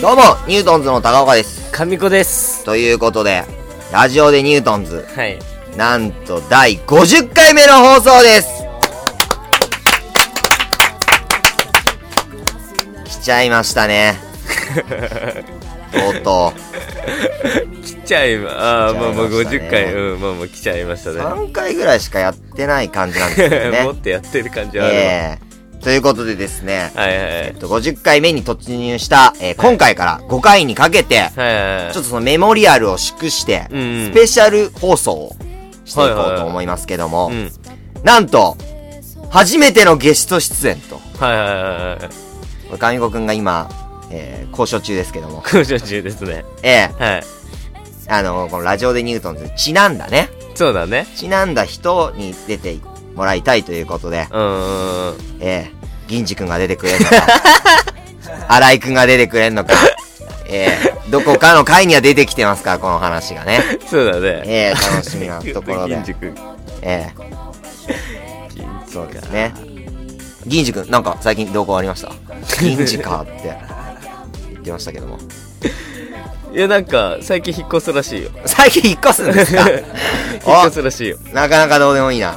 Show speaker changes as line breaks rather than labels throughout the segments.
どうも、ニュートンズの高岡です。
神子です。
ということで、ラジオでニュートンズ、
はい。
なんと第50回目の放送です来ちゃいました ね。とうと
来ちゃいま、ああ、
来ち
ま
ゃ
あ
い
まあ
ましたね
50回、うん、まあまあ来ちゃいまし
う、
たね。
3回ぐらいしかやってない感じなんです よ
も
ね
っ。とやってる感じはあるわ。
ええということでですね、
はいはい
えっと、50回目に突入した、えー今回から5回にかけて、
はい。はいはい。
ちょっ
っ
とそのメモリアルを祝して、
うんうん
スペシャル放送をしていこうと思いますけども、
うん。
なんと、初めてのゲスト出演と、
はいはいはいはい。
上子くんが今、えー交渉中ですけども、
交渉中ですね。
ええ
はい。
あの、このラジオでニュートンズにちなんだね、
そうだね。
ちなんだ人に出てもらいたいということで、
うんうんうん。
ええ銀次くんが出てく れるのか、荒井くんが出てくれるのか、ええどこかの回には出てきてますから、この話がね。
そうだね。
ええ楽しみなところで
銀。次くん。
ええ
銀次か
そうですね。銀次くん、なんか最近動向ありました 銀次かって言ってましたけども。
いや、なんか、最近引っ越すらしいよ。
最近引っ越すん ですか
引っ越すらしいよ。
おなかなかどうでもいいな。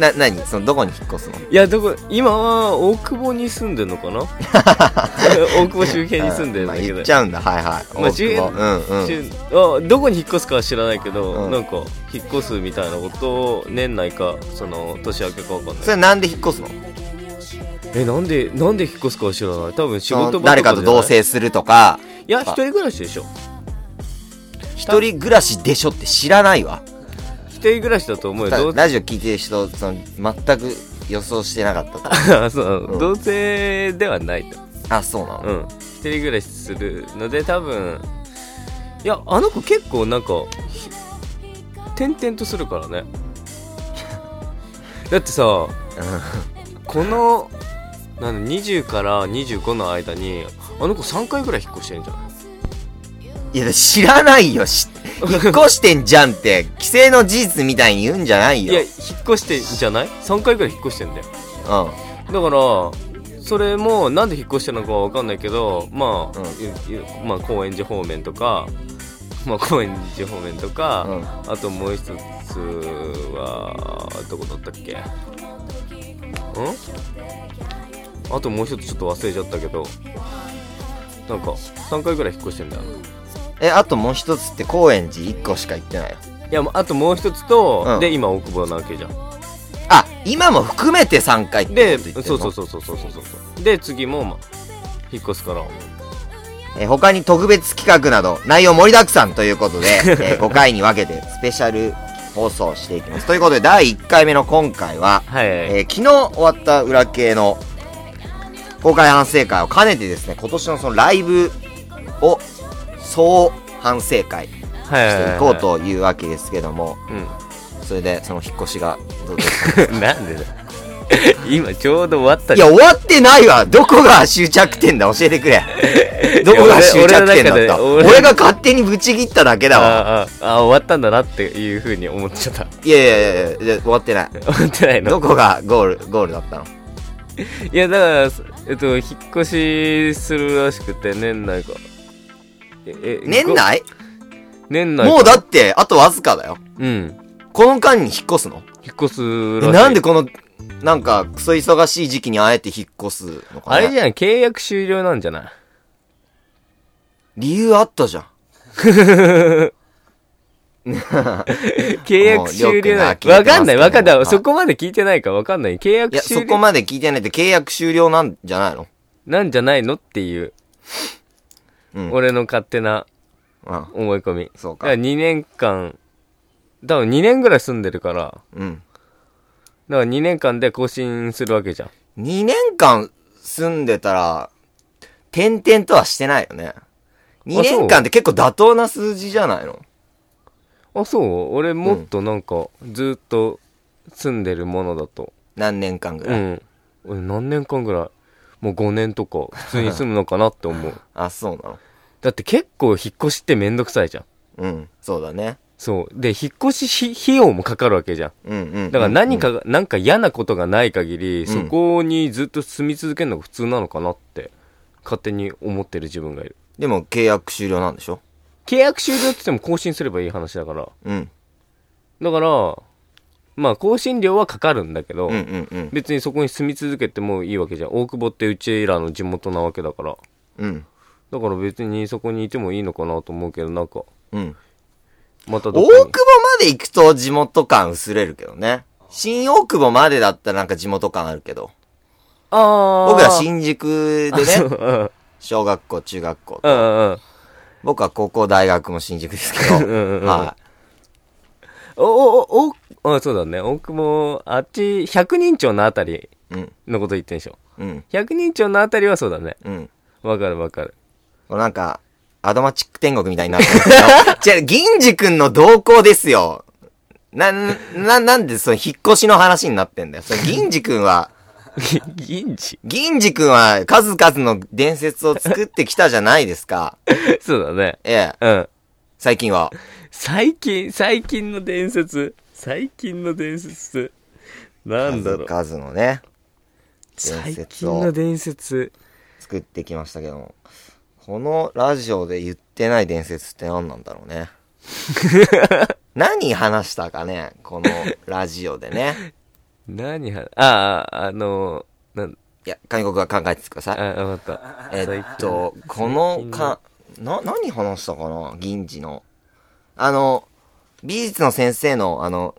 な、なにその、どこに引っ越すの
いや、どこ、今は、大久保に住んでんの かな大久保周辺に住んでるんだ
まあ
けど。
言っちゃうんだ、はいはい。
まあ
大久保うんうん。
ちゅあどこに引っ越すかは知らないけど、
うん
なんか引っ越すみたいなことを年内かその年明けかわかん
そ
ない
れなんで引っ越すの
えなんでなんで引っ越すかは知らない多分仕
その
事場
誰かと同
い
棲するとか、
や一人暮らしでしょ
一人暮らしでしょって知らないわ。
一人暮らしだと思うよ
た
同
ラジオ聞いてる人、その、全く予想してなか ったと。
棲そう、
うん
同棲ではないと
あ、そうなの、
うん一人暮らしするので多分いやあの子結構なんかひ転々とするからねだってさこのなんだ20から25の間にあの子3回ぐらい引っ越してんじゃん
いや、知らないよ。し引っ越してんじゃんって、規制の事実みたいに言うんじゃない
い
よ。
や引っ越してんじゃない3回ぐらい引っ越してんだよ
うん。
だからそれもなんで引っ越したのかは分かんないけどまあ、
うん
いいまあ高円寺方面とかまあ高円寺方面とか、
うん
あともう一つはどこだったっけんあともう一つちょっと忘れちゃったけどなんか3回ぐらい引っ越してんだよ
え、あともう一つって高円寺一個しか行ってないよ。
いやもうあともう一つと、
うん
で今大久保なわけじゃん
あ、今も含めて3回って
で
こと言ってんの
そうそうそうそうそうそうそうで次も、まあ、引っ越すから
えー他に特別企画など、内容盛りだくさんということで、え 5回に分けてスペシャル放送をしていきます。ということで、第1回目の今回は、
はい、
えー昨日終わった裏系の公開反省会を兼ねてですね、今年のそのライブを総反省会し
はいはい
て
はい
こうというわけですけども、
うん
それでその引っ越し がどうですか
なん でだ今ちょうど終わった
いや、終わってないわどこが終着点だ教えてくれ どこが終着点だった
い
俺
や俺俺の中で俺
が勝手にブチ切っただけだわ。
あーあーあー終わったんだなっていうふうに思っちゃった
いやいやいやいや、終わってない。
思ってないの
どこがゴール、ゴールだったの
いや、だから、すえっと、引っ越しするらしくて、年内か。え、え
年
ご
内
年内か
もうだって、あとわずかだよ。
うん。
この間に引っ越すの
引っ越すらしい。
なんでこの、なんか、クソ忙しい時期にあえて引っ越すのかな
あれじゃん、契約終了なんじゃない
理由あったじゃん。
契約終了
もう
な
よくな聞いてま
ん
すけど
わかんない、わかんな
はい
い。そこまで聞いてないからわかんない。契約
いや、
終了
そこまで聞いてないって契約終了なんじゃないの
なんじゃないのっていう。
うん
俺の勝手な
うん。
思い込み。
そう
だ
か
ら。2年間、多分2年ぐらい住んでるから、だか
うん。
ら2年間で更新するわけじゃん。
2年間住んでたら、転々とはしてないよね。2年間って結構妥当な数字じゃないの
あ、そう俺もっとなんか、ずっと住んでるものだと。
何年間ぐ
う
らい。
ん。俺何年間ぐらいもう5年とか、普通に住むのかなっ て思う。
あ、そうなの。
だって結構引っ越しってめんどくさいじゃん。
うん。そうだね。
そう。で、引っ越し費費用もかかるわけじゃん。
うんうん。
だから何
うん、
かが、なんか嫌なことがない限り、
うん
そこにずっと住み続けるのが普通なのかなって、勝手に思ってる自分がいる。
でも契約終了なんでしょ
契約終了って言っても更新すればいい話だから。
うん。
だから、まあ更新料はかかるんだけど、
うんうんうん。
別にそこに住み続けてもいいわけじゃん。大久保ってうちらの地元なわけだから。
うん。
だから別にそこにいてもいいのかなと思うけど、なんか、
うん。
またど
大
こ
久保
に
まで行くと地元感薄れるけどね。新大久保までだったらなんか地元感あるけど。
ああ。
僕ら新宿で
そう
ね、
うん
小学校、中学校。
うんうんうん。
僕は高校、大学も新宿ですけど。
うんうんうん
はい。
お、お、お、お、そうだね。大久保、あっち、百人町のあたり
うん。
のこと言ってんでしょ。
うん。
百人町のあたりはそうだね。
うん。
わかるわかる。
これなんか、アドマチック天国みたいになってますけど。違う、 銀次くんの動向ですよ。な、な、なんでその引っ越しの話になってんだよ。それ銀次くんは、
銀次
銀次くんは数々の伝説を作ってきたじゃないですか。
そうだね。
ええ、
うん。
最近は。
最近、最近の伝説。最近の伝説。なんだろう。
数々のね、伝
最
説
近
を
の伝説。
作ってきましたけども。このラジオで言ってない伝説って何なんだろう ね。何話したかね、このラジオでね。
何は、ああ、あの、なん、
いや、韓国は考えててください。
あ、わかった。
えっと、このか、な、何話したかな銀次の。あの、美術の先生の、あの、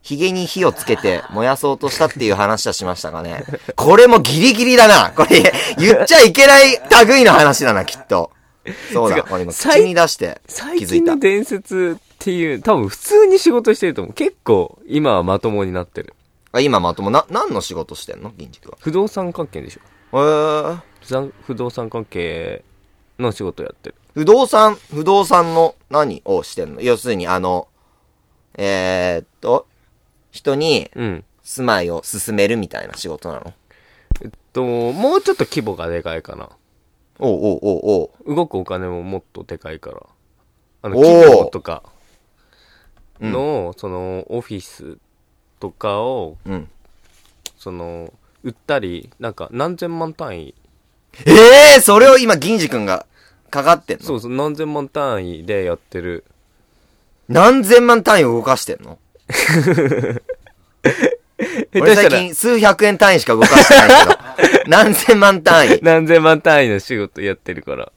髭に火をつけて燃やそうとしたっていう話はしましたか ね。これもギリギリだな。これ、言っちゃいけない類の話だな、きっと。そう
つう
だ、
か
これ今、口
最
に出して気
最
づい
近
た
の。伝説っていう、多分普通に仕事してると思う。結構、今はまともになってる。
あ今まとも、な、何の仕事してんの銀次くん
不動産関係でしょ
は。へえ。
不動不動産関係の仕事やってる。
不動産、不動産の何をしてんの要するに、あの、えー、っと、人に
うん。
住まいを進めるみたいな仕事なの
と、もうちょっと規模がでかいかな。
おうおうおうおう
動くお金ももっとでかいから。あの、
おー
企業とかの、その、オフィスとかを、
うん。
その、売ったり、なんか何千万単位、
ええー、それを今、銀次くんがかかってんの
そうそう、何千万単位でやってる。
何千万単位を動かしてん の俺最近数百円単位しか動かしてないけど。 何千万単位。
何千万単位の仕事やってるから。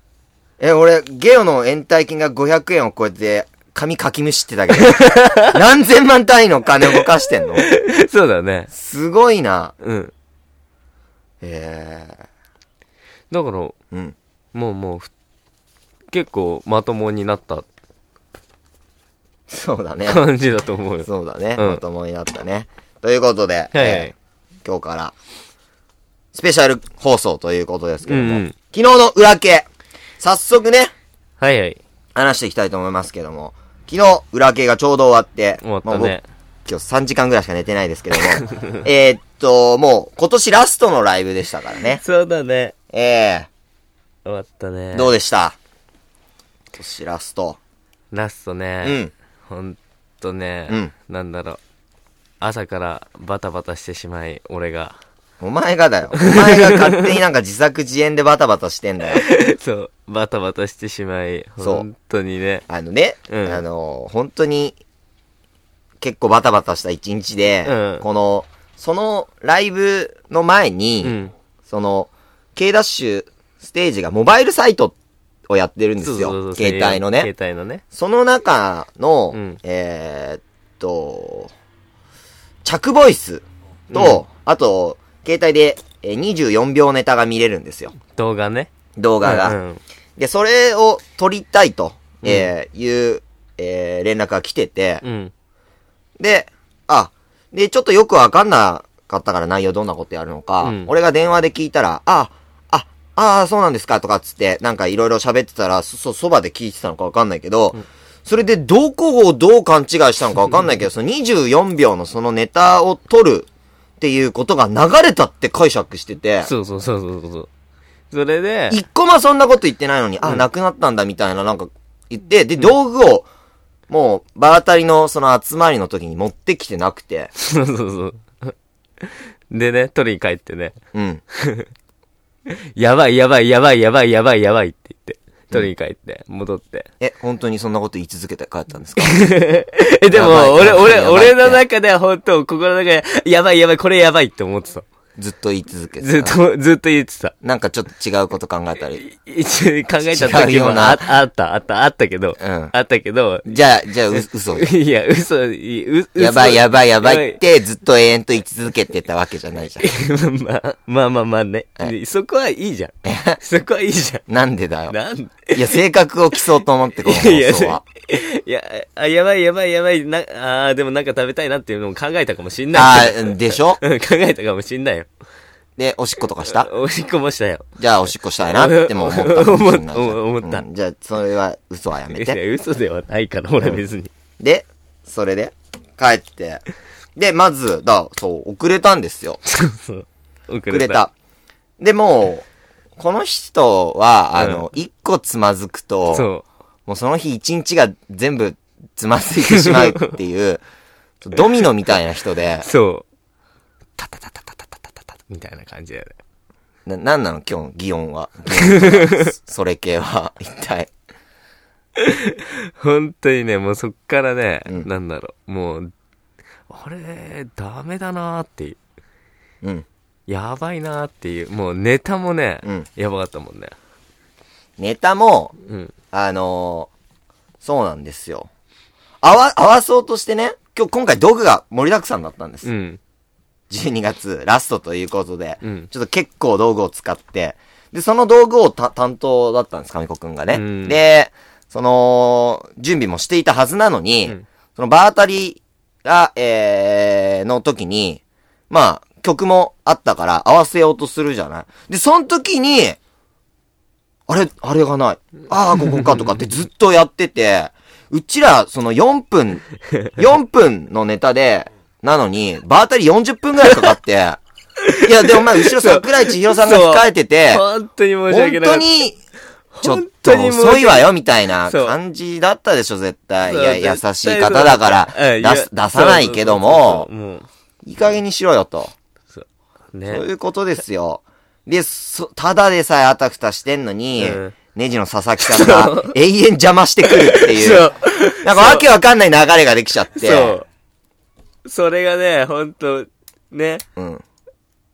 え、俺、ゲオの延滞金が500円を超えて、髪かきむしってたけど。 何千万単位の金を動かしてんの
そうだね。
すごいな。
うん。
ええ
だから、も
うん。
うもうふ、結構まともになった
そうだ ね。
感じだと思うよ。
そうだね。
うん
まともになったね。ということで、
はいはい
えー今日から、スペシャル放送ということですけども、
うんうん
昨日の裏系、早速ね、
はいはい。
話していきたいと思いますけども、昨日、裏系がちょうど終わって、
終わった
まあ
ね
僕今日3時間ぐらいしか寝てないですけども、 えーっと、もう今年ラストのライブでしたからね。
そうだね。
え
終わったね。
ー、どうでした今年ラスト。
ラストね。
うん。
ほんとね。
うん
なんだろう。朝からバタバタしてしまい、俺が。
お前がだよ。お前が勝手になんか自作自演でバタバタしてん だよ。
そう。バタバタしてしまい、
そう
ほんとにね。
あのね、
うん
あの、本当に、結構バタバタした一日で、
うん
この、そのライブの前に、
うん。
その、K ダッシュステージがモバイルサイトをやってるんです
そう
よ。
そうそう
携帯のね。
携帯のね。
その中の、
うん
えーっと、着ボイスと、あと、携帯でえー24秒ネタが見れるんですよ。
動画ね。
動画が。
うんうん
で、それを撮りたいと、えーいう、えー連絡が来てて、
うん。
で、あ、で、ちょっとよくわかんなかったから内容どんなことやるのか、
うん
俺が電話で聞いたら、あ、あ、ああ、そうなんですかとかっつって、なんかいろいろ喋ってたら、そ、そ、そばで聞いてたのかわかんないけど、それでどこをどう勘違いしたのかわかん ないけど、その24秒のそのネタを撮るっていうことが流れたって解釈してて、
そうそうそうそうそうそう。それで、
一個もそんなこと言ってないのに、あ、なくなったんだみたいな、なんか言って、で、道具を、もう、場当たりの、その集まりの時に持ってきてなくて、
そうそうそう。でね、取りに帰ってね、
うん。
やばいやばいやばいやばいやばいやばいって取りに帰って、戻って。
え、本当にそんなこと言い続けて帰ったんで すか
え、で
やばい
も、俺、
や
俺、
ばいって
俺の中では本当、心の中で、やばいやばい、これやばいって思ってた。
ずっと言い続けて。
ずっ。と、ずっと言ってた。
なんかちょっと違うこと考えたり。
一応考えた
違う
時
よ
も
うな
ああった、あった、あったけど、
うん
あったけど、
じゃあ、じゃあ、う嘘。
いや、嘘、い嘘
やばいやばいやば
やば
い
い
ってずっと永遠と言い続けてたわけじゃないじゃ
まあ、 まあまあまあね
は。
そこはいいじゃん。そこはいいじゃ
ん。なんでだよ
ん。。なん
いや、性格を競おうと思って、この
い
放
やい
送
や
は。、
いや、あ、やばいやばいやばい、な、あーでもなんか食べたいなっていうのも考えたかもしんな
あ
いけ
あ
ど。
ー、でしょ
うん考えたかもしんないよ。
で、おしっことかした
おしっこもしたよ。
じゃあ、おしっこしたいなっても思ったかもしれないじゃん。
思った思った
うんじゃあ、それは嘘はやめ
い
て。
や、嘘ではないから、俺別に。
で、それで、帰って。で、まず、だ、そう、遅れたんですよ。
そう遅
遅れ。た。で、もう、この人は、あの、一、個つまずくと、
そ
もうその日一日が全部つまずいてしまうって いう、ドミノみたいな人で
う。、そう。タタタタタタタタタみたいな感じだよね。
な、なんなの今日の擬音は。それ系は、一体。
本当にね、もうそっからね、
うん
なんだろう、もう、あれ、ダメだなーっていう。
うん。
やばいなーっていう。もうネタもね、
うん
やばかったもんね。
ネタも、
うん。
あのーそうなんですよ。合わ、合わそうとしてね、今日今回道具が盛りだくさんだったんです。
うん。
12月ラストということで、
うん
ちょっと結構道具を使って、で、その道具をた担当だったんです、神子くんがね。
うん
で、その、準備もしていたはずなのに、
うん
その場当たりが、えー、の時に、まあ、曲もあったから合わせようとするじゃない。で、その時に、あれ、あれがない。ああ、ここかとかってずっとやってて、うちら、その4分、4分のネタで、なのに、場当たり40分ぐらいかかって、いや、でもお前、後ろ桜井千尋さんが控えてて、
本当に申し
本
訳な
当
い。
に、ちょっ
本
と
当に申し訳
遅いわよ、みたいな
そう
感じだったでしょ、絶対。
そう
いや、優
絶対
しい方だから
そううん、いや
出す出さないけど
そ
も
う、そう
いい加減にしろよ、と。
そうそうもう、
そう
ね。
いうことですよ。で、そ、ただでさえあたふたしてんのに、
うん
ネジの佐々木さんが永遠邪魔してくるってい、
そうう。
なんかわけわかんない流れができちゃって、
そう。それがね、本当ね。
うん。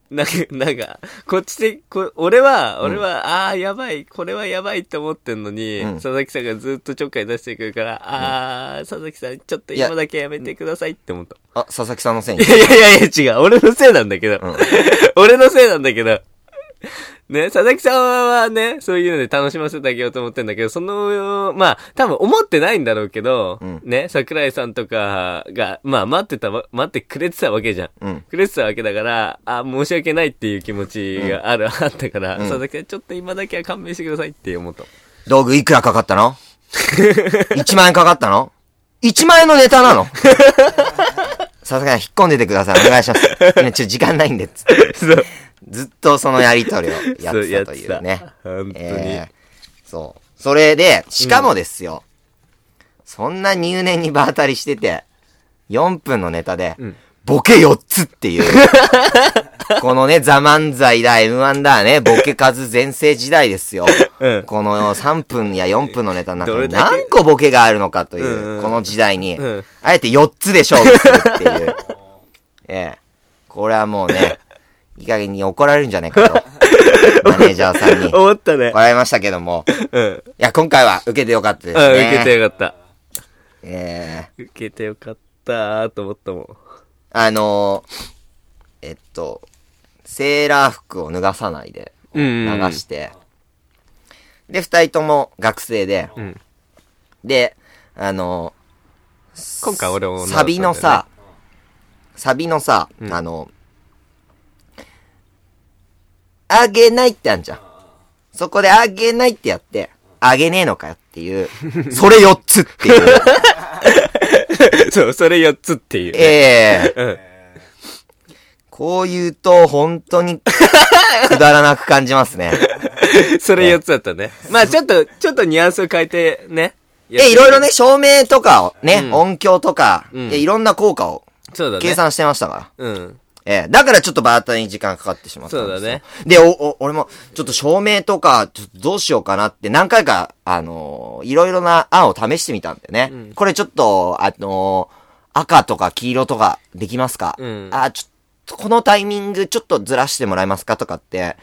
なんか、なんか、こっちで、こ俺は、俺は、ああ、やばい、これはやばいって思ってんのに、
うん
佐々木さんがずっとちょっかい出してくるから、ああ、佐々木さん、ちょっと今だけやめてくださいって思った。
あ、佐々木さんのせいに
い。やいやいやいや、違う。俺のせいなんだけど。
うん
俺のせいなんだけど。ね、佐々木さんはね、そういうので楽しませてあげようと思ってんだけど、その、まあ、多分思ってないんだろうけど、
うん
ね、桜井さんとかが、まあ、待ってたわ、待ってくれてたわけじゃん。
うん。
くれてたわけだから、あ、申し訳ないっていう気持ちがある、あったから、
ん
佐々木さん、ちょっと今だけは勘弁してくださいって 思った。
道具いくらかかったの ?1 万円かかったの ?1 万円のネタなの佐々木さん、引っ込んでてください。お願いします。今ちょっと時間ないんで、つって
そう。
ずっとそのやりとりをや
そう
ってたというね。
本当に。
えーそう。それで、しかもですよ、そんな入念に場当たりしてて、4分のネタで、
ん
ボケ4つっていう。 このね、ザ・漫才だ、M1 だね、ボケ数全盛時代ですよ。
うん
この3分や4分のネタの
ど
中
れ
に
だけ
何個ボケがあるのかという、
うんうん
この時代に、
うん
あえて4つで勝負するっていう。 ええこれはもうね、いい加減に怒られるんじゃないかと。マネージャーさんに。
思った ね
も。らいましたけども。い
うん。うん、
や、今回は受けてよかったですね。
受けて。よかった。
えー、
受けてよかったーと思ったもん。
あのー、えっと、セーラー服を脱がさないで、
う
流
んうん
して、で、二人とも学生で、
ん
で、あの
今回俺も、
ー、サビのさ、、サビのさ、あの、あげないってあんじゃん。そこであげないってやって、あげねえのかよって いう、それ4つっていう。
そう、それ4つっていう。
ええ
うん
こう言うと、本当に、くだらなく感じますね。
それ4つだったね。まあちょっと、ちょっとニュアンスを変えてね。
で、いろいろね、照明とかをね、
うん
音響とか、
うん
でいろんな効果を
そうだね。
計算してましたから。
うん。
ええ、だからちょっとバーターに時間かかってしまったんですよ
そうだね。
で、お、お、俺も、ちょっと照明とか、ちょっとどうしようかなって何回か、あのーいろいろな案を試してみたんだよね。これちょっと、あのー赤とか黄色とかできますか、
うん
あ、ちょっと、このタイミングちょっとずらしてもらえますかとかって、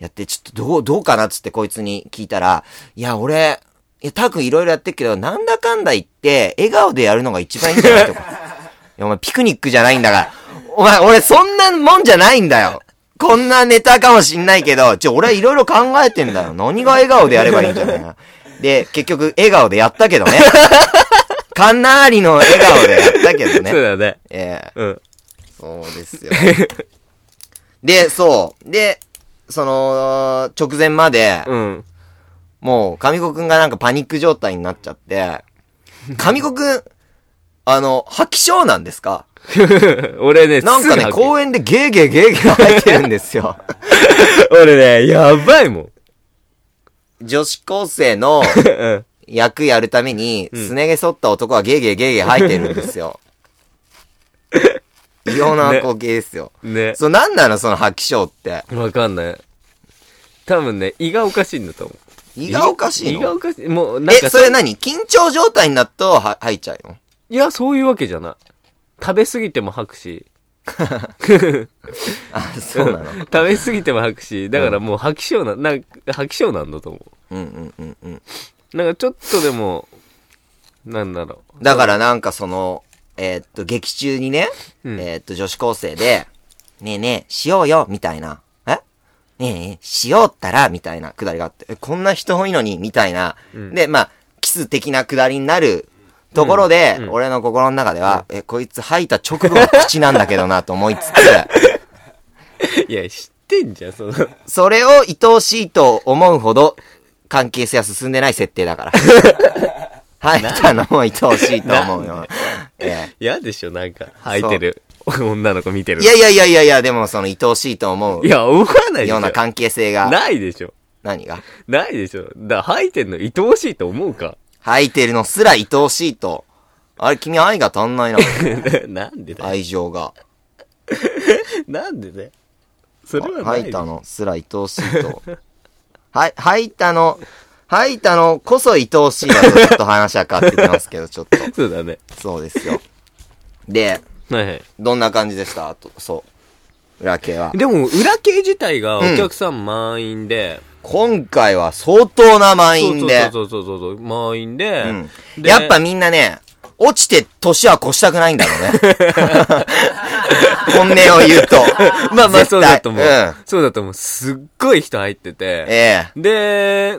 やって、ちょっとどう、どうかなっつってこいつに聞いたら、いや、俺、いや、たくんいろいろやってるけど、なんだかんだ言って、笑顔でやるのが一番いいんじゃないとか。いやお前ピクニックじゃないんだから。お前、俺そんなもんじゃないんだよ。こんなネタかもしんないけど、ちょ、俺いろいろ考えてんだよ。何が笑顔でやればいいんじゃないかな。で、結局、笑顔でやったけどね。かなりの笑顔でやったけど
そう
ね。
だね。
ええ
うん。
そうですよ。で、そう。で、その、直前まで、
うん。
もう、神子くんがなんかパニック状態になっちゃって、神子くん、あの、吐き症なんですか
俺ね、
なんかね、公
う
園でゲーゲーゲーゲー入ってるんですよ。
俺ね、やばいもん。
女子高生の
うん。
役やるために、
ん
すね毛剃った男はゲーゲーゲーゲー入ってるんです よ。異様な光景ですよ。
ね。
そう、なんなのその吐き症って。
わかんない。多分ね、胃がおかしいんだと思う。
胃がおかしい
胃が
の
おかしい。もう、なんか
え、それ何緊張状態になると、は、吐いちゃうの
いや、そういうわけじゃない。食べ過ぎても吐くし。
あ、そうなの。
食べ過ぎても吐くし。だからもう吐き症な、なんか、吐き症なんだと思
うんうんうんうん。
う。なんかちょっとでも、なんだろう。
だからなんかその、えーっと、劇中にね、
うん
えーっと、女子高生で、ねえねえ、しようよ、みたいな。えねえねえ、しようったら、みたいなくだりがあって、えこんな人多いのに、みたいな。で、まあ、キス的なくだりになるところで、俺の心の中では、え、こいつ吐いた直後の口なんだけどな、と思い つ
いや、知ってんじゃん、その。
つ、それを愛おしいと思うほど、関係性は進んでない設定 だから。吐いたのも愛おしいと思うよ。ええ
嫌でしょ、なんか。吐いてる。女の子見てる。
いやいやいやいやいや、でもその愛おしいと思う
いや、思わないでし
よう
ょ。
な関係性が、
ないでしょ。
何が
ないでしょ。だから吐いてんの愛おしいと思うか。
吐いてるのすら愛おしいと。あれ、君愛が足んない な。
なんでだよ。
愛情が。
なんでだよ。それはない
吐
で
い
しょ
たのすら愛おしいと。はい、吐いたの、吐いたのこそ愛おしいだとちょっと話は変わってきますけど、ちょっと。
そうだね。
そうですよ。で、
はいはい。
どんな感じでしたあと、そう。裏系は。
でも、裏系自体がお客さん満員で、
今回は相当な満員で。
そうそうそうそうそう、満員で、
うん。
で
やっぱみんなね、落ちて年は越したくないんだろう ね。本音を言うと。
まあまあそうだと思う、
絶対うん
そうだと思う。すっごい人入ってて、
ええ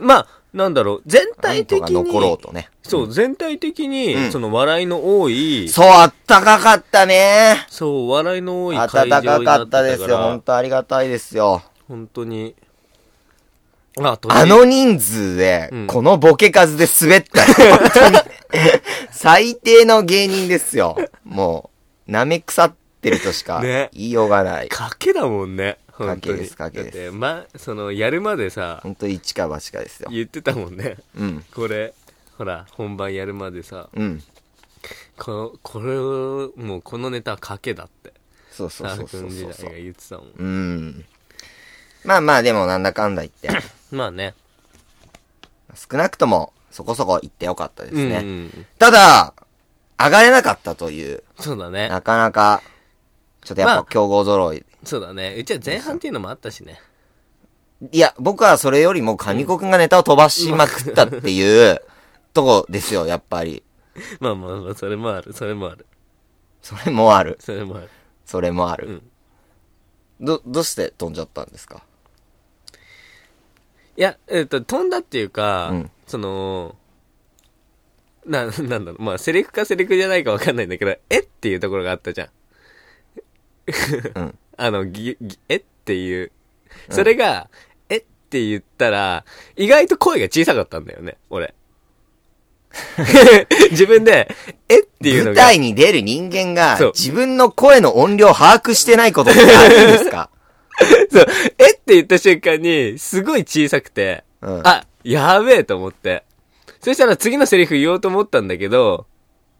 で、まあ、なんだろう、全
なん
体
と
的
か
に、
残ろうとね。
そう、全体的に、
うん
その笑いの多い、
そう、あったかかったね。
そう、笑いの多い
暖
会場にな
か
っ
か
てた
った
か
で
ら、
すよ。本当ありがたいですよ。
本当に、あ、年
あ、の人数で、
うん
このボケ数で滑ったよ。本当に。 最低の芸人ですよ。もう、舐め腐ってるとしか言
ね
いようがない。
賭けだもんね、本当
賭け
に。
です賭けです
だって、ま、その、やるまでさ、
本当一か八かですよ。
言ってたもんね。
うん。
これほら本番やるまでさ
うん。
このこれをもうこのネタは賭けだって
そうそうそうそう
沢君時
そう
代
そう
が。言ってたもん
うん。まあまあ、でもなんだかんだ言 って、
まあね
少なくともそこそこ行ってよかったですね。
うんうん
ただ、上がれなかったという、
そうだね
なかなか、ちょっとや
ま
っ
あ
ぱ競合揃い。
そうだねうちは前半っていうのもあったしね
いや、僕はそれよりも神子くんがネタを飛ばしまくったっていう、とこですよ、やっぱり。
まあまあまあそれもあるそれもある
それもある。
それもある
それもあ
う
る
ん。
ど、どうして飛んじゃったんですか
いやえっ、と飛んだっていうか、
うん
そのな、なんだろう。まあ、セリフかセリフじゃないかわかんないんだけど、えっていうところがあったじゃん。
うん。
あの、ぎ、ぎ、えっていう。それが、えって言ったら、意外と声が小さかったんだよね、 俺。自分で、えっていうの
舞
が。
台に出る人間が
そう
自分の声の音量を把握してないことってあるんです か
そう、えって言った瞬間に、すごい小さくて、
うん
あ、やべえと思って。そしたら次のセリフ言おうと思ったんだけど、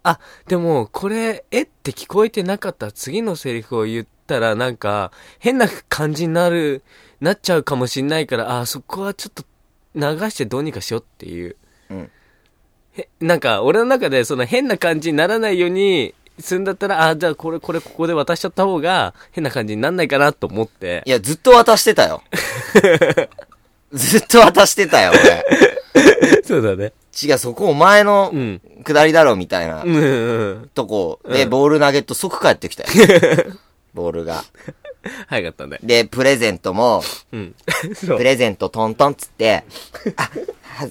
あ、でも、これ、えって聞こえてなかったら次のセリフを言ったら、なんか、変な感じになる、なっちゃうかもしんないから、あ、そこはちょっと流してどうにかしようっていう。
うん。
へなんか、俺の中で、その変な感じにならないように、するんだったら、あ、じゃあこれ、これ、ここで渡しちゃった方が、変な感じになんないかなと思って
い。や、ずっと渡してた よ。ずっと渡してたよ、俺。
そうだね。
違う、そこお前の
うん。
下りだろ、みたいな
うんうんうん。
とこで、ボール投げと即帰ってきた よ。ボールが。
早かったね。
で、プレゼントも、
うん。そう
プ。レゼントトントンっつって、あ、は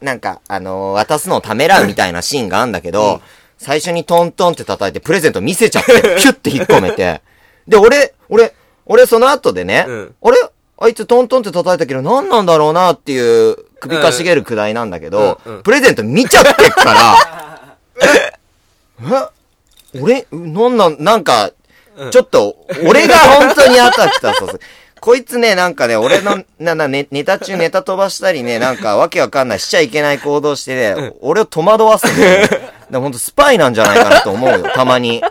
なんか、あのー渡すのをためらうみたいなシーンがあるんだけど、最初にトントンって叩いて、プレゼント見せちゃって、 キュッて引っ込めて。で、俺、俺、俺その後でね、
うん
あれあいつトントンって叩いたけど、何なんだろうなっていう、首かしげるくらいなんだけど、
うんうん
プレゼント見ちゃってっから、ええ俺、なんなん、なんか、ちょっと、俺が本当にあたふたさせ、こいつね、なんかね、俺の、な、な、ネネタ中ネタ飛ばしたりね、なんかわけわかんない、しちゃいけない行動してね、俺を戸惑わすんだよね。だからほんとスパイなんじゃないかなと思うよ、たまに。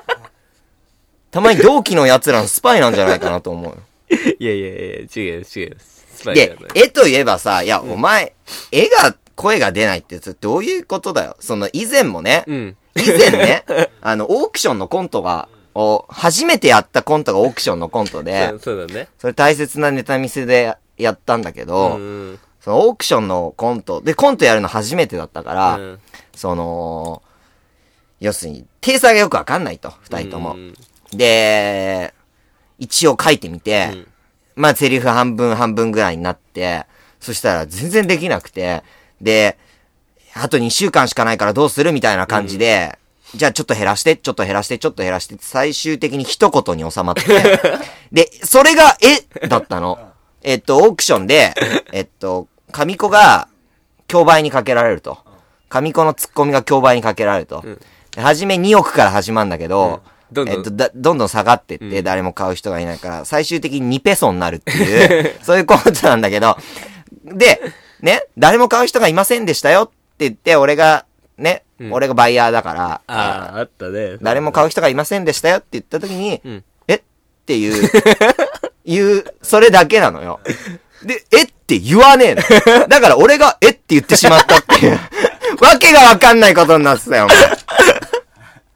たまに同期の奴らのスパイなんじゃないかなと思うよ。
いやいやいや、違う違う。スパイじ
で
ゃない。、
絵といえばさ、いや、お前、絵が、声が出ないってそれどういうことだよ。その、以前もね、
うん。
以前 ね、あの、オークションのコントが、を、初めてやったコントがオークションのコントで
そう、そうだね。
それ大切なネタ見せでややったんだけ
う
ど、
ん。
そのオークションのコント、で、コントやるの初めてだったから、
うん
その、要するに、体裁がよくわかんないと、二人とも。
うん
で、一応書いてみて、
ん
まあセリフ半分半分ぐらいになって、そしたら全然できなくて、で、あと2週間しかないからどうするみたいな感じで、じゃあちょっと減らして、ちょっと減らして、ちょっと減らして、最終的に一言に収ま って、で、それが、え、だったの。えっと、オークションで、えっと、神子が、競売にかけられると。神子のツッコミが競売にかけられると。で初め2億から始まるんだけど、
うんどんどん
えっと、だどんどん下がってって、誰も買う人がいないから、最終的に2ペソになるっていう、そういうコントなんだけど、で、ね、誰も買う人がいませんでしたよって言って、俺が、ね、俺がバイヤーだから、
ああ、あったね。
誰も買う人がいませんでしたよって言った時に、
ん
えっていう、 いう、それだけなのよ。で、えって言わねえの。だから俺がえって言ってしまったっていう。わけがわかんないことになってたよ、お前。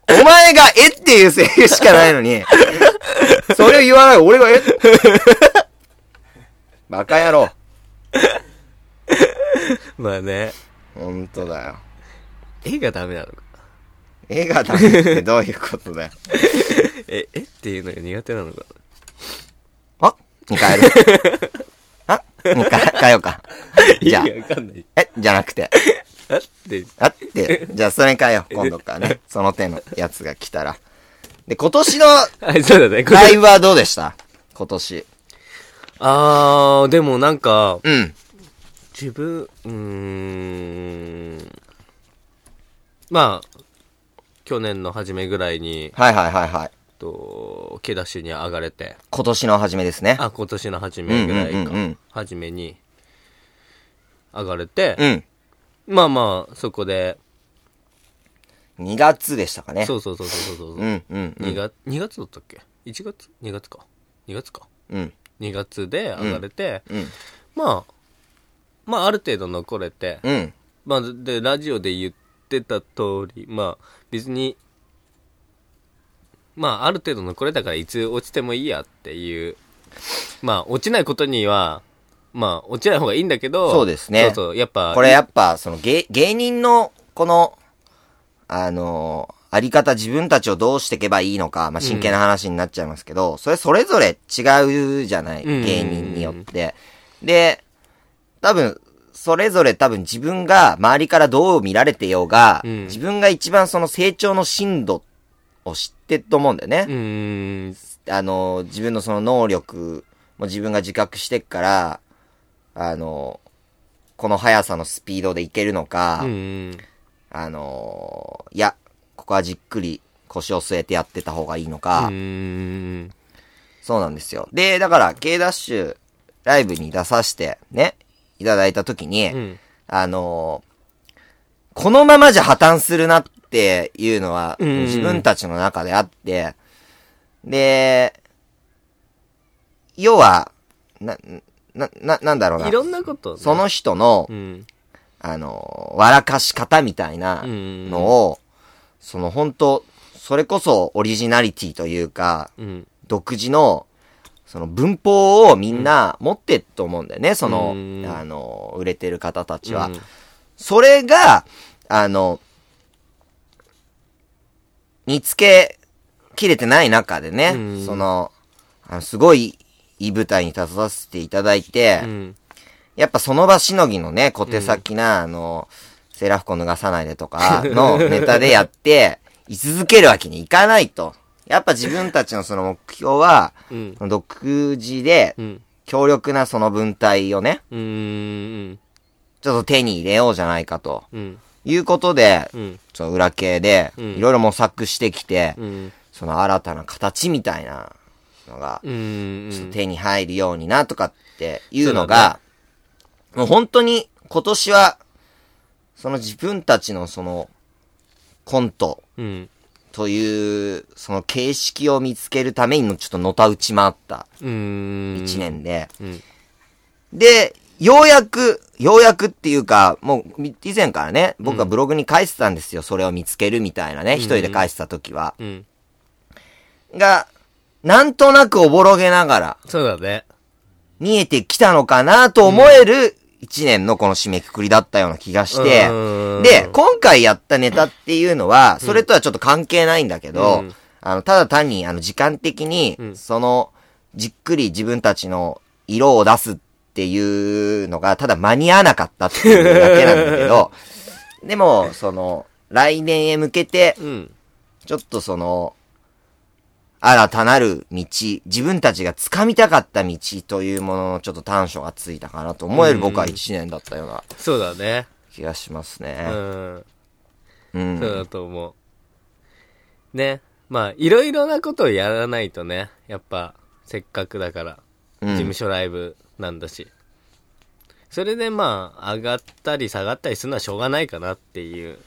お前がえっていうセリフしかないのに、それを言わない俺がえバカ野郎。
まあね。
ほんとだよ。
絵がダメなのか。
絵がダメってどういうことだよ。
え、絵っていうのが苦手なのか。
あに変える。 あに変えようか。じゃあ
意。味わかんない。
え、じゃなくて。
あって、
あって、じゃあそれかよ、今度からね。その手のやつが来たら。で、今年の
あ、そうだね。これ
ライブはどうでした今年。
あー、でもなんか、
うん。
自分、うーん。まあ、去年の初めぐらいに、
はいはいはいはい。
と、毛出しに上がれて、
今年の初めですね。
あ、今年の初めぐら
うん
い
うん
か
うんうん。
初めに、上がれて、
うん。
まあまあ、そこで、
2月でしたかね。
そうそうそうそうそうそう、
うんうんう
2
ん。
月、2月だったっけ ?1 月 ?2 月か。2月か。
うん。
2月で上がれて、
うん。
まあ、まあある程度残れて、
うん。
まあで、ラジオで言ってた通り、まあ別に、まあある程度残れたからいつ落ちてもいいやっていう、まあ落ちないことには、まあ落ちない方がいいんだけど、
そうですね
そうそう、やっぱ、
これやっぱ、その芸、芸人の、この、あのーあり方、自分たちをどうしていけばいいのか、まあ、真剣な話になっちゃいますけど、それそれぞれ違うじゃない、
うん
芸人によって。で、多分、それぞれ多分自分が周りからどう見られてようが、
うん
自分が一番その成長の深度を知ってると思うんだよね。
うーん、
あの、自分のその能力も自分が自覚してっから、あの、この速さのスピードでいけるのか、
うん、
あの、いや、ここはじっくり腰を据えてやってた方がいいのか、
うん、
そうなんですよ。で、だから、K ダッシュライブに出させてね、いただいたときに、
うん、
あの、このままじゃ破綻するなってっていうのは、
うんうん
自分たちの中であって、で、要は、な、な、な、なんだろうな。
いろんなことね
その人の、
うん
あの、笑かし方みたいなのを、その本当それこそオリジナリティというか、
うん
独自の、その文法をみんな持ってると思うんだよね、その、
うん
あの、売れてる方たちは。
うん
それが、あの、見つけきれてない中でね、
うん
その、あのすごいいい舞台に立たせていただいて、
うん
やっぱその場しのぎのね、小手先な、あの、セーラフコ脱がさないでとかのネタでやって、居続けるわけにいかないと。やっぱ自分たちのその目標は、
うん
独自で
う、ん
強力なその文体をね、
うんうん
ちょっと手に入れようじゃないかと。
うん
いうことで、
うん
その裏系で、
うん
いろいろ模索してきて、
うん
その新たな形みたいなのが、
うん
ちょっと手に入るようになとかっていうのが、もう本当に今年は、その自分たちのそのコント
うん
というその形式を見つけるためにのちょっとのた打ち回った
うん
一年で、
うん
で、ようやく、ようやくっていうか、もうみ以前からね、僕はブログに書いてたんですよ。それを見つけるみたいなね、一人で書いてた時は。
うん
が、なんとなくおぼろげながら、
そうだね
見えてきたのかなと思える一年のこの締めくくりだったような気がして、
うん
で、今回やったネタっていうのは、それとはちょっと関係ないんだけど、
うん
あの、ただ単に、あの、時間的に、
ん
その、じっくり自分たちの色を出すっていうのが、ただ間に合わなかったっていうだけなんだけ ど、でも、その、来年へ向けて、
うん
ちょっとその、新たなる道、自分たちが掴みたかった道というもののちょっと短所がついたかなと思える僕は一年だったような
そうだね
気がします
う
ね。
ん
う。
そうんだと思う。ね。まあ、いろいろなことをやらないとね、やっぱ、せっかくだから、
う
事務
ん。
所ライブなんだし。それでまあ、上がったり下がったりするのはしょうがないかなっていう。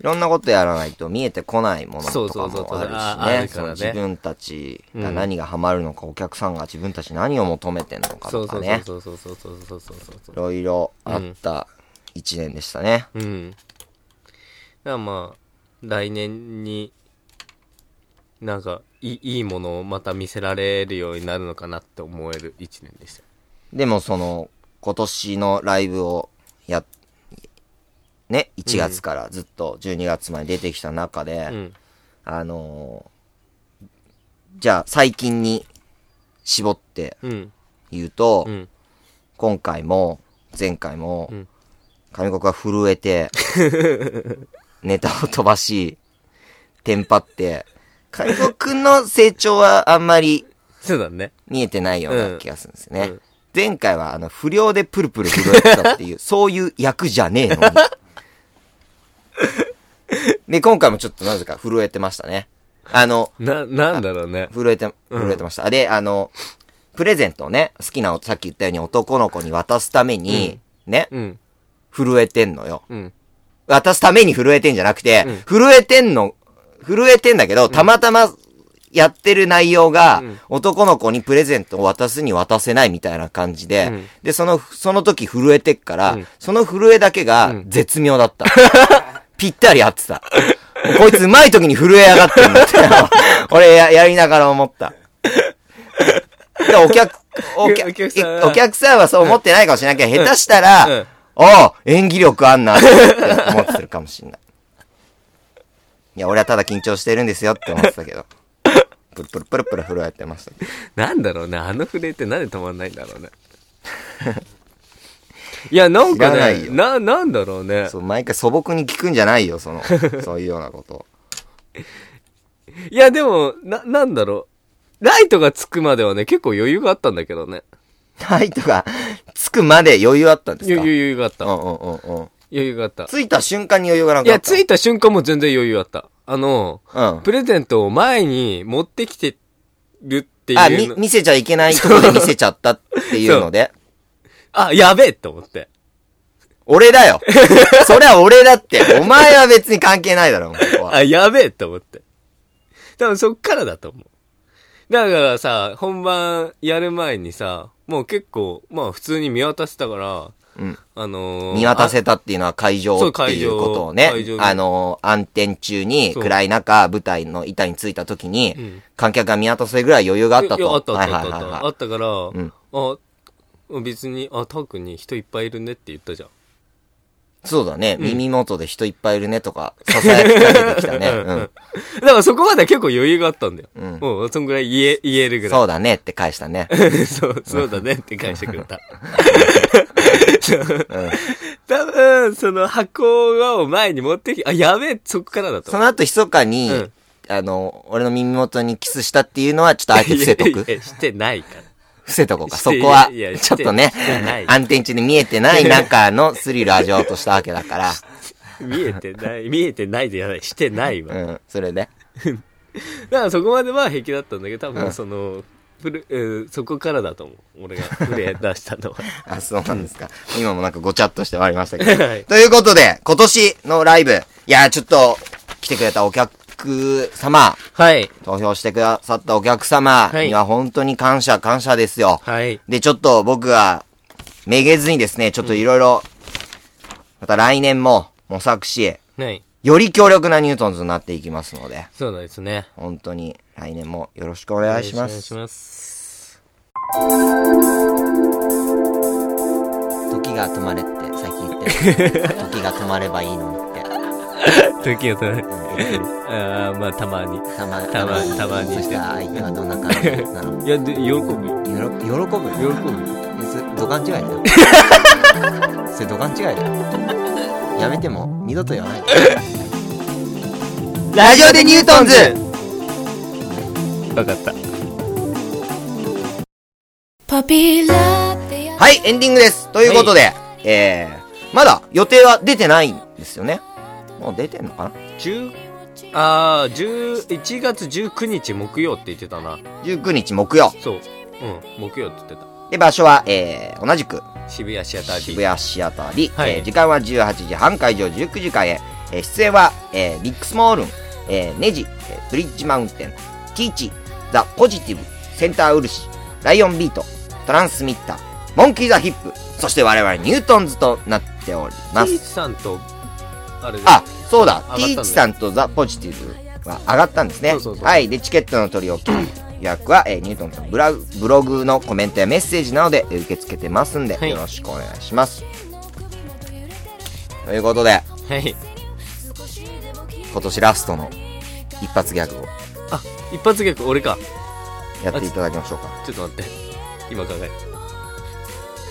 いろんなことやらないと見えてこないものとか
そうそうそう
も
そうあ
ある
あ
し
る
ね。
か
そ
ら
の
ね
自分たちが何がハマるのか、お客さんが自分たちに何を求めてんのかと
そうそ
か
う
ね。
そうそうそうそうそうそうそう
い
そ。
うろいろあった一年でしたね。
うん。だからまあ、来年に、なんか、いい、いいものをまた見せられるようになるのかなって思える一年でした。
でもその、今年のライブをや、ね、1月からずっと12月まで出てきた中で、
うん。
あのーじゃあ最近に絞って
うん。
言うと、
うん。
今回も前回も
うん、
上国が震え て、ネタを飛ばし、テンパって、上国くんの成長はあんまり
そうだね。
見えてないような気がするんですよね。
うん
前回はあの不良でプルプル震えてたって いう、そういう役じゃねえのに。で、今回もちょっとなぜか震えてましたね。あの、
な、なんだろうね。
震えて、震えてました。で、あの、プレゼントをね、好きな、さっき言ったように男の子に渡すために、ね、
うん。
震えてんのよ。
うん。
渡すために震えてんじゃなくて、
うん
震えてんの、震えてんだけど、たまたまやってる内容が、
うん
男の子にプレゼントを渡すに渡せないみたいな感じで、
うん
で、その、その時震えてっから、
うん
その震えだけが
うん
絶妙だった。ぴったり合ってた。もうこいつうまい時に震えやがってんだって、 俺ややりながら思った。でお客、お客
お客さんは
お客さんはそう思ってないかもしれないけど、下手したら、
うん
ああ、演技力あんなって思ってるかもしんない。いや、俺はただ緊張してるんですよって思ってたけど。プルプルプルプル震えてましたけど。
なんだろうね。あの震えってなんで止まんないんだろう ね。いや、なん
知らな
か
い
ね、
よ
な、なんだろうね。
そう、毎回素朴に聞くんじゃないよ、その、そういうような ことを。
いや、でも、な、なんだろう。ライトがつくまではね、結構余裕があったんだけどね。
ライトがつくまで余裕あったんです
余
か
裕、余裕があった。
うんうんうんうん。
余裕があった。
ついた瞬間に余裕がなく
い
な
や、
った。
ついた瞬間も全然余裕あった。あの、
うん。
プレゼントを前に持ってきてるって
あ、
い
み
う、の。
見せちゃいけないところで見せちゃったっていうので。
あ、やべえと思って。
俺だよそりゃ俺だって。お前は別に関係ないだろ、もうここは。
あ、やべえと思って。多分そっからだと思う。だからさ、本番やる前にさ、もう結構、まあ普通に見渡せたから、
うん。
あのー
見渡せ
あ
たっていうのは会場
そう
っていうことをね
会場会、場
あの、暗転中に、
そう
暗い中、舞台の板についた時に、
うん
観客が見渡せるぐらい余裕があった
いや
と。
あったあ
は
っ
い
たあ
はい
った
はい
あ
は
ったから、
い。うん。
あ、別に、あ、タクに人いっぱいいるねって言ったじゃん。
そうだね。耳元で人いっぱいいるねとか、囁きかけてきたね。
うん
うん。
だからそこまでは結構余裕があったんだよ。
うん
もう、そんぐらい言え、言えるぐらい。
そうだねって返したね。
そう、そうだねって返してくれ た。多分、その箱を前に持ってき、あ、やべえ、そこからだと
そ
思う。
の後、密かに、
うん
あの、俺の耳元にキスしたっていうのは、ちょっとあえて伏せと
いや
く
い。やしてないから。
伏せとこうか。
し
そ
て
こはい
やい、や
ちょっとね
してな、い
暗転地で見えてない中のスリル味わおうとしたわけだ から、
見えてない、見えてないでやない、してないわ。
う
だ
ん、それで。
からそこまでは平気だったんだけど、多分その、プルうんそこからだと思う。俺がプレー出したのは。
あ、そうなんですか。今もなんかごちゃっとして終わりましたけど。
はい
ということで、今年のライブ、いやー、ちょっと、来てくれたお客様、
はい。
投票してくださったお客様には本当に感謝、感謝ですよ。
はい。
で、ちょっと僕は、めげずにですね、ちょっといろいろ、また来年も模索し、
はい。
より強力なニュートンズになっていきますので、
そうなんですね。
本当に来年もよろしくお願いしま
お願い
す
し。ます。
時が止まれって最近言って る。時が止まればいいのにって。
時が止ま
う
る。
ん
ああ、まあ、たまに。
たま
たまたまに
そしたら相手はどんな感じな の
いや、で、喜ぶよ。
喜ぶ喜ぶ
喜ぶ
い
よ。
やそれ土管違いだ よそれ土管違いだよやめてもう二度と言わないラジオでニュートンズ
わかった。
Puppy love, the
はいエンディングですということで、えー、まだ予定は出てないんですよねもう出てんのかな
十ああ、十1月19日木曜って言ってたな。
19日木曜
そう。うん、木曜って言ってた。
で場所は、えー、同じく
渋谷シアター D。
渋谷シアター D、
はい
えー時間は18時半会場19時開演、えー出演は、えービッグスモールン、えーネジ、えーブリッジマウンテンティーチザ・ポジティブセンターウルシライオンビートトランスミッターモンキー・ザ・ヒップそして我々ニュートンズとなっておりま
ティ
す
ーチさんと、あれだ
あそうだ
上がったん
ティ
だ
ーチさんとザ・ポジティブは上がったんですね
そうそうそう
はいでチケットの取り置き予約は、えーニュートンズのブラグブログのコメントやメッセージなどでえー受け付けてますんで、
はい
よろしくお願いしますということで
はい。
今年ラストの一発ギャグを
あ、一発逆俺か。
やっていただきましょうか
ちょっと待って。今考える。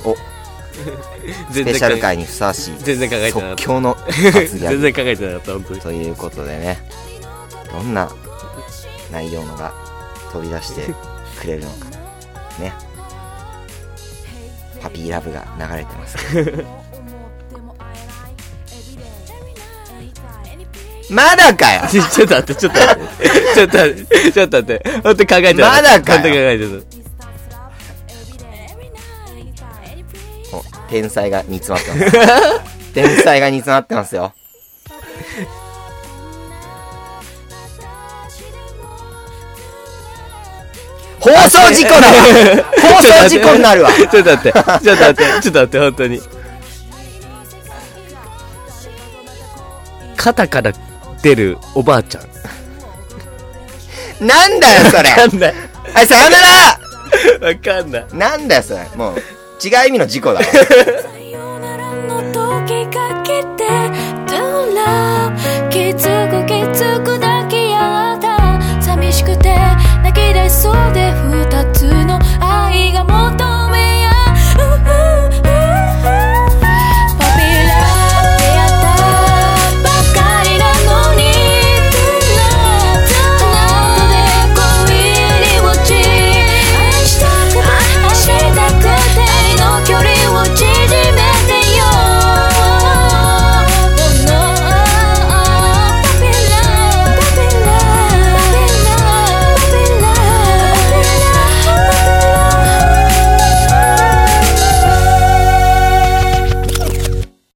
おス
全
ペ
然
シ
考
ャ
え
ル回にふさわしい
全然考えてなか
即
った
興の一発ギャ
全
グ
然考えてなかった、本当に。
ということでねどんな内容のが飛び出してくれるのか ねハピーラブが流れてますけどまだかよ
ちちょっと待って、ちょっと待って。ちょっと待って、ちょっと待って。本当に考えてなかった。
まだかよ
本当に考えてなかった。
お天才が煮詰まって ます。天才が煮詰まってますよ。 放送事故だわ 放送事故にな るわ
ちょっと待って、ちょっと待って、ちょっと待って、本当に。肩から出るおばあちゃん。
なんだよそ れ
わかんない。
はい、さよなら
わかんない。
なんだよそれもう、違う意味の事故だわ。